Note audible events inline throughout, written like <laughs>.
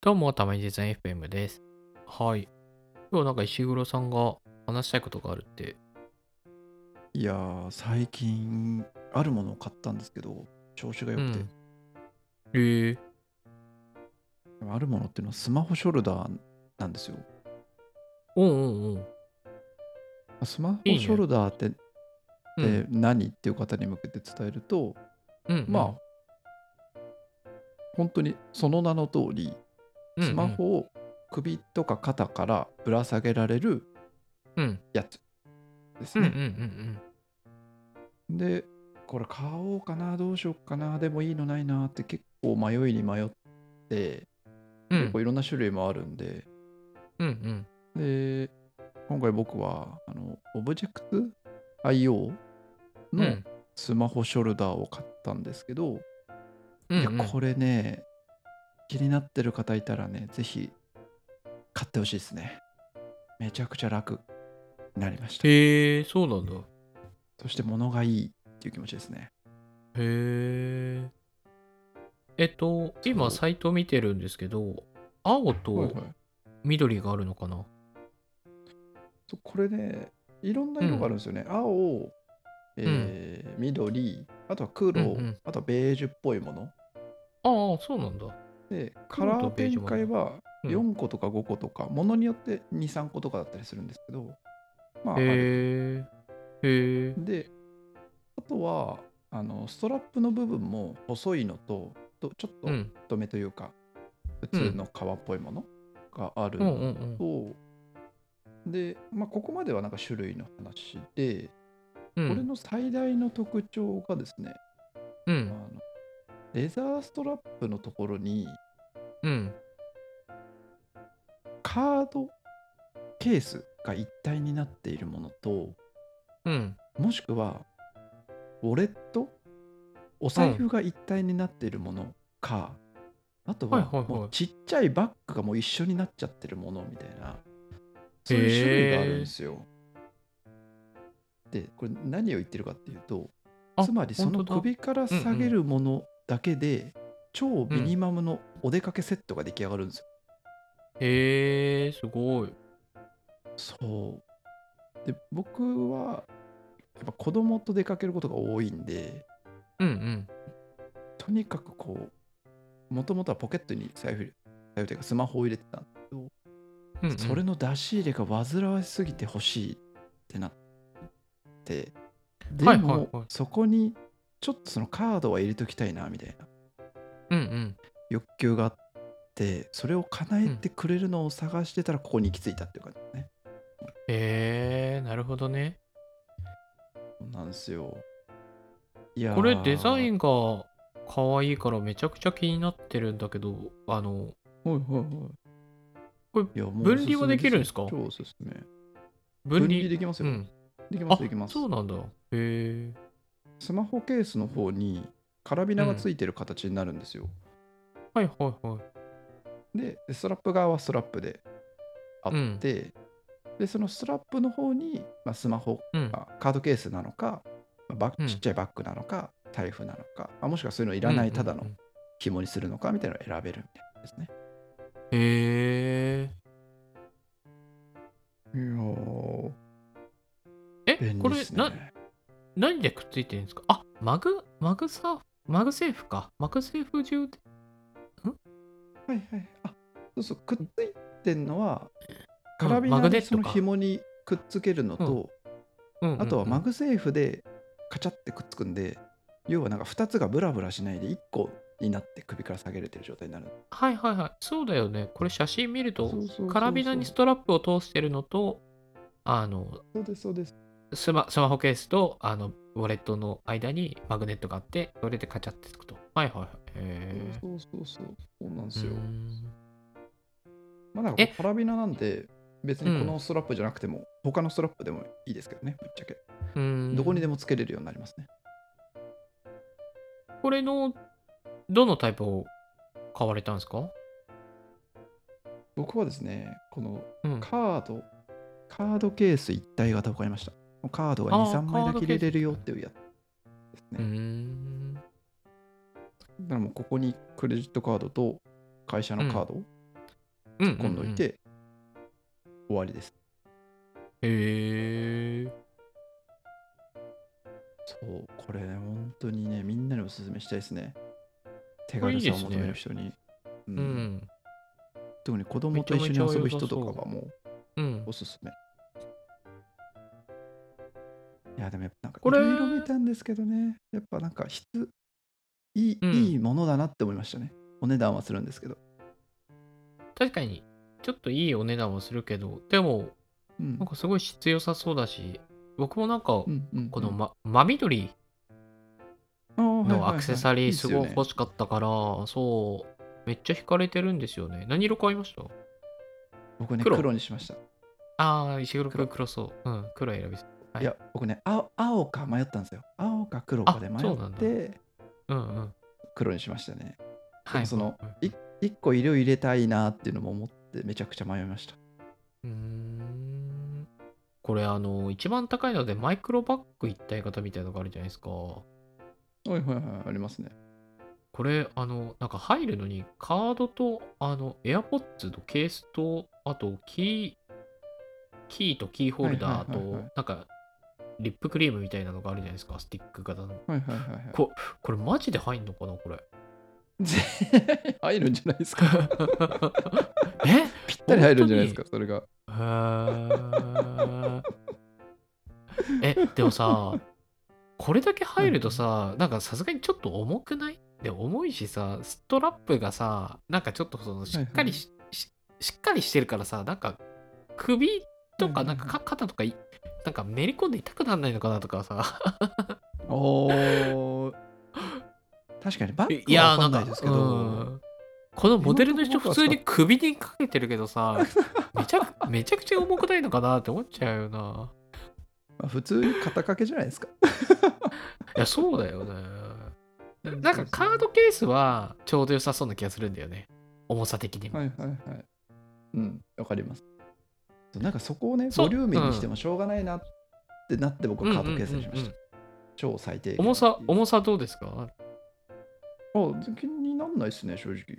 どうも、たまにデザイン FM です。はい。今日なんか石黒さんが話したいことがあるって。いやー、最近あるものを買ったんですけど、調子が良くて。。えー、でもあるものっていうのはスマホショルダーなんですよ。うんうんうん。スマホいいねショルダーってうんえー何っていう方に向けて伝えると、うんうん、まあ、本当にその名の通り、うんうんスマ。ホを首とか肩からぶら下げられるうん。やつですうんうんうんうん。ね。で、これ買おうかな、どうしようかな、でもいいのないなって結構迷いに迷って、うん結構いろんな種類もあるんで、うんうん。で、今回僕は、あの、オブジェクト IO うのんスマホショルダーを買ったんですけど、ういんやうん、これね、気になってる方いたらね、ぜひ買ってほしいですね。めちゃくちゃ楽になりました。へえー、そうなんだ。へそして物がいいっていう気持ちですね。え。えっと、今そうサイト見てるんですけど、青はいとはい緑があるのかな、そうこれね、いろんな色があるんですよね。青、えー緑、あとは黒、うんうんあとはベージュっぽいもの。ああ、そうなんだ。で、カ黒ラとーベージュ展もね開はうん4個とか5個とか、ものによって2、3個とかだったりするんですけど、まあ、あるへえ。へえ。で、あとは、あのストラップの部分も細いのと、とちょっとうん。太めというか、うん普通の革っぽいものがあるうんうんのうんと、で、まあ、ここまではなんか種類の話で、うん。これの最大の特徴がですね、うあん。のレザーストラップのところにうん。カードケースが一体になっているものとうん。もしくはウォレットお財布が一体になっているものか、あとはいははいはいもうちっちゃいバッグがもう一緒になっちゃってるものみたいなそういう種類があるんですよ。でこれ何を言ってるかっていうとあつまりその本当だ首から下げるものだけで超ミニマムのお出かけセットが出来上がるんですよへえ、すごい。そう。で、僕は、やっぱ子供と出かけることが多いんで、うんうん。とにかくこう、もともとはポケットに財布、財布というかスマホを入れてたんですけど、うんうん、それの出し入れが煩わしすぎてほしいってなって、でも、はいはいはいそこにちょっとそのカードは入れときたいなみたいなうんうん。欲求があって、それを叶えてくれるのを探してたら、ここに行き着いたっていう感じですね。へえ、なるほどね。そうなんですよ。いやーこれデザインが可愛いからめちゃくちゃ気になってるんだけど、あの、はいはいはい。これいやもう分離はできるんですかおすすめよ超おすすめ。分離。分離できますようん、できまあす、できますそ。うなんだ。へえ。スマホケースの方にカラビナがついてる形になるんですよ。はいはいはい。で、ストラップ側はストラップであって、で、そのストラップの方に、まあ、スマホ、うん。まあカードケースなのか、まあバッうんちっちゃいバッグなのか、財布なのか、まあもしくはそういうのいらないただのうんうん紐にするのかみたいなのを選べるみたいなんですね。うんへいやー、え。え、便こ利れです、なね。何でくっついてるんですかあ、マグ、マグサーフ、マグセーフか。マグセーフ充電。はいはい。あそうそう、くっついてんのは、うんカラビマナグネでッそトのか紐にくっつけるのと、うんうんうんあとはマグセーフでカチャってくっつくんで、要はなんか2つがブラブラしないで1個になって首から下げれてる状態になる。はいはいはい。そうだよね。これ写真見るとそうそうそうそうカラビナにストラップを通してるのと、あの、そうです、そうです。スマスマホケースとあのウォレットの間にマグネットがあって、それでカチャってつくと。はいはいはい。へそうそうそうそう。そうなんーですようー。んまあなんかえこうカラビナなんで、別にこうのストラップじゃなくても、他のストラップでもいいですけどね、ぶっちゃけ。うーんどこにでもつけれるようになりますね。これのどのタイプを買われたんですか僕はですね、このうん。カード、カードケース一体型を買いました。カードがあー2、3枚だカードケけース入れれるよっていうやつですうーね。んだからもうここにクレジットカードと会社のカードうんうんうん込んどい。て、終わりです。へえ。そう、これね、本当にね、みんなにおすすめしたいですね。手これい軽いでさをすね求める人に。うんうん。特に子供と一緒に遊ぶ人とかはもううんお。すすめ。いや、でもやっぱなんか、こいれろいろ見たんですけどね、やっぱなんか質、いい,、うんいいものだなって思いましたね。お値段はするんですけど。確かに、ちょっといいお値段はするけど、でも、うんなんかすごい質良さそうだし、僕もなんかう、んうんうんこの、ま、真緑あーはいはいのはいアクセサリーすごいっすよ欲ねしかったから、そう、めっちゃ惹かれてるんですよね。何色買いました僕ね、黒黒にしました。ああ、石黒くん黒そう。うん、黒選びそう。はいいや、僕ね、青青か迷ったんですよ。青か黒かで迷あそうなんっだて、うんうん。黒にしましたね。はい。そのうんい一個色入れたいなっていうのも思って、めちゃくちゃ迷いました。うーんこれあの一番高いのでマイクロバッグ一体型みたいなのがあるじゃないですかこはいはいはい、ありますね。れあのなんか入るのにカードとあの AirPods とケースとあとキーキーとキーホルダーはいはいはいはといなんかリップクリームみたいなのがあるじゃないですかスティック型のはいはいはい、はい。ここれマジで入んのかなこれ <laughs> 入るんじゃない <laughs> ですか。えぴったり入るんじゃないですか、それが。へーえ、でもさ、これだけ入るとさ、なんかさすがにちょっと重くないで、重いしさ、ストラップがさ、なんかちょっとそのしっかりし,し、しっかりしてるからさ、なんか首とか、うんうなんうんんかか肩とかい、なんかめり込んで痛くならないのかなとか <laughs> さ、おー。確かにバッいグはやわー、かなんんなか、いですけど。うんこのモデルの人、今のとこ普通ろに首にかけてるけどさ、めちゃくめちゃくちゃ重くないのかなって思っちゃうよな。まあ普通に肩掛けじゃないですか。いや、そうだよね。なうんなんかカードケースはちょうど良さそうな気がするんだよね。重さ的にも。はいはいはい。うん、わかります。そうなんかそこをね、そうボリューミーにしてもしょうがないなってなって、僕はカード計算しまうんうんうしんうたん。超最低限重さ、重さ。さどうですかあ、気になんないですね、正直。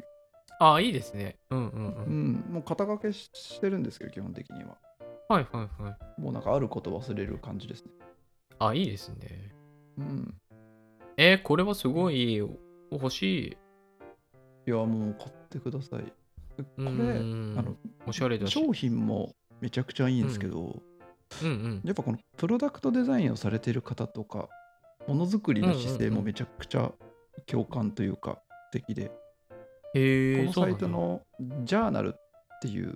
ああ、いいですね。うんうんう。うんん、もう肩掛けししてるんですけど、基本的には。はいはいはい。もうなんかあること忘れる感じですね。あ、いいですね。うん。えーこれはすごい欲しい。いや、もう買ってください。こうれ、んあのおしゃれだし。商品もめちゃくちゃいいんですけど、うんうん。やっぱこのプロダクトデザインをされてる方とか、ものづくりの姿勢もめちゃくちゃ共感というか、素敵で、へえ、このサイそトうなんだのジャーナルっていう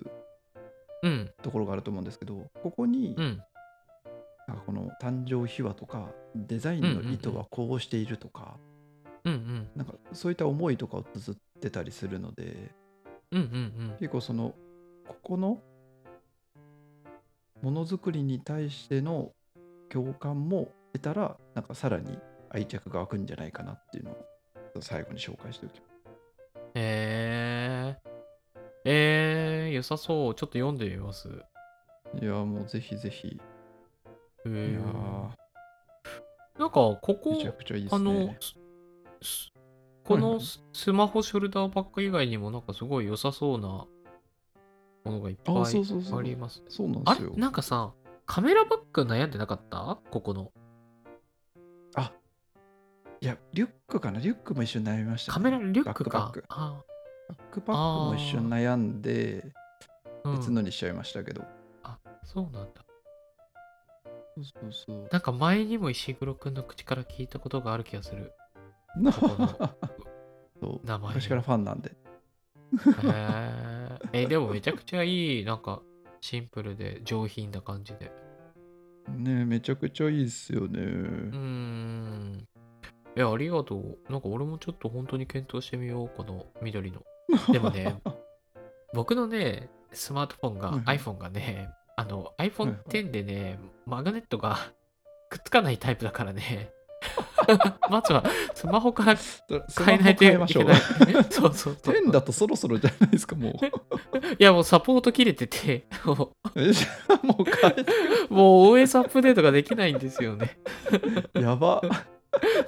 うんところがあると思うんですけど、ここにう、ん。なんかこの誕生秘話とか、デザインの意図はこうしているとか、うんうん。なんかそういった思いとかを綴ってたりするので、うんうん結構そのここのものづくりに対しての共感も得たらなんかさらに愛着が湧くんじゃないかなっていうのを最後に紹介しておきまうん。へえ。えー、良さそう。ちょっと読んでみます。すいやーもうぜひぜひいへやえー。なんか、ここ、めちゃくちゃいいであすのね、すすこはいのはいススマホショルダーバッグ以外にも、なんかすごい良さそうなものがいっぱいあそうそうそうあります。そうなんであすれよなんかさ、カメラバッグ悩んでなかったここの。あいやリュックかなリュックも一緒に悩みましたね、カメラリュックバッかク。あバックパックも一緒に悩んでー、うん別のにしちゃいましたけど、そうなんだ。そうそうなんか前にも石黒くんの口から聞いたことがある気がする。このそう名前。昔からファンなんでへーえ、でもめちゃくちゃいい、なんかシンプルで上品な感じで。ねえめちゃくちゃいいっすよね、うーん。いや、ありがとう。なんか俺もちょっと本当に検討してみよう、この緑 <laughs> の。でもね、僕のね、スマートフォンが、はいはい iPhone がね、あのはい iPhone X でね、マグネットが <laughs> くっつかないタイプだから <laughs> ね。まずはスマホから変買えないとい変けえなまい <laughs> しょう。。そうそうそう。 10だとそろそろじゃないです <laughs> か、もいや、もうサポート切れてて、もう。えじゃあもう変えうもう OS アップデートができないんですよね。て。やば。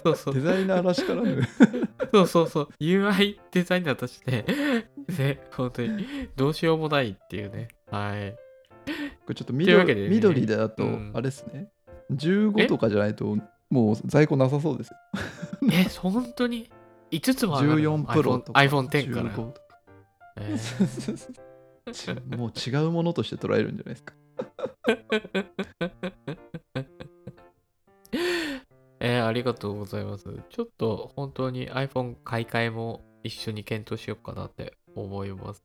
そうそうデ。ザイナーらしからぬ。そうそうそう。UI デザイナーとして、ね、本当に、どうしようもないっていうね。はい。これちょっとというわ緑けでね緑だとうん、あれですね、え15とかじゃないと、もう在庫なさそうですよ。え、本当に5つも上がるの14プロとか iPhone X から。 15とかえーそうそうそう <laughs> ちもう違うものとして捉えるんじゃないですか。えーありがとうございます。ちょっと本当に iPhone 買い替えも一緒に検討しようかなって思います。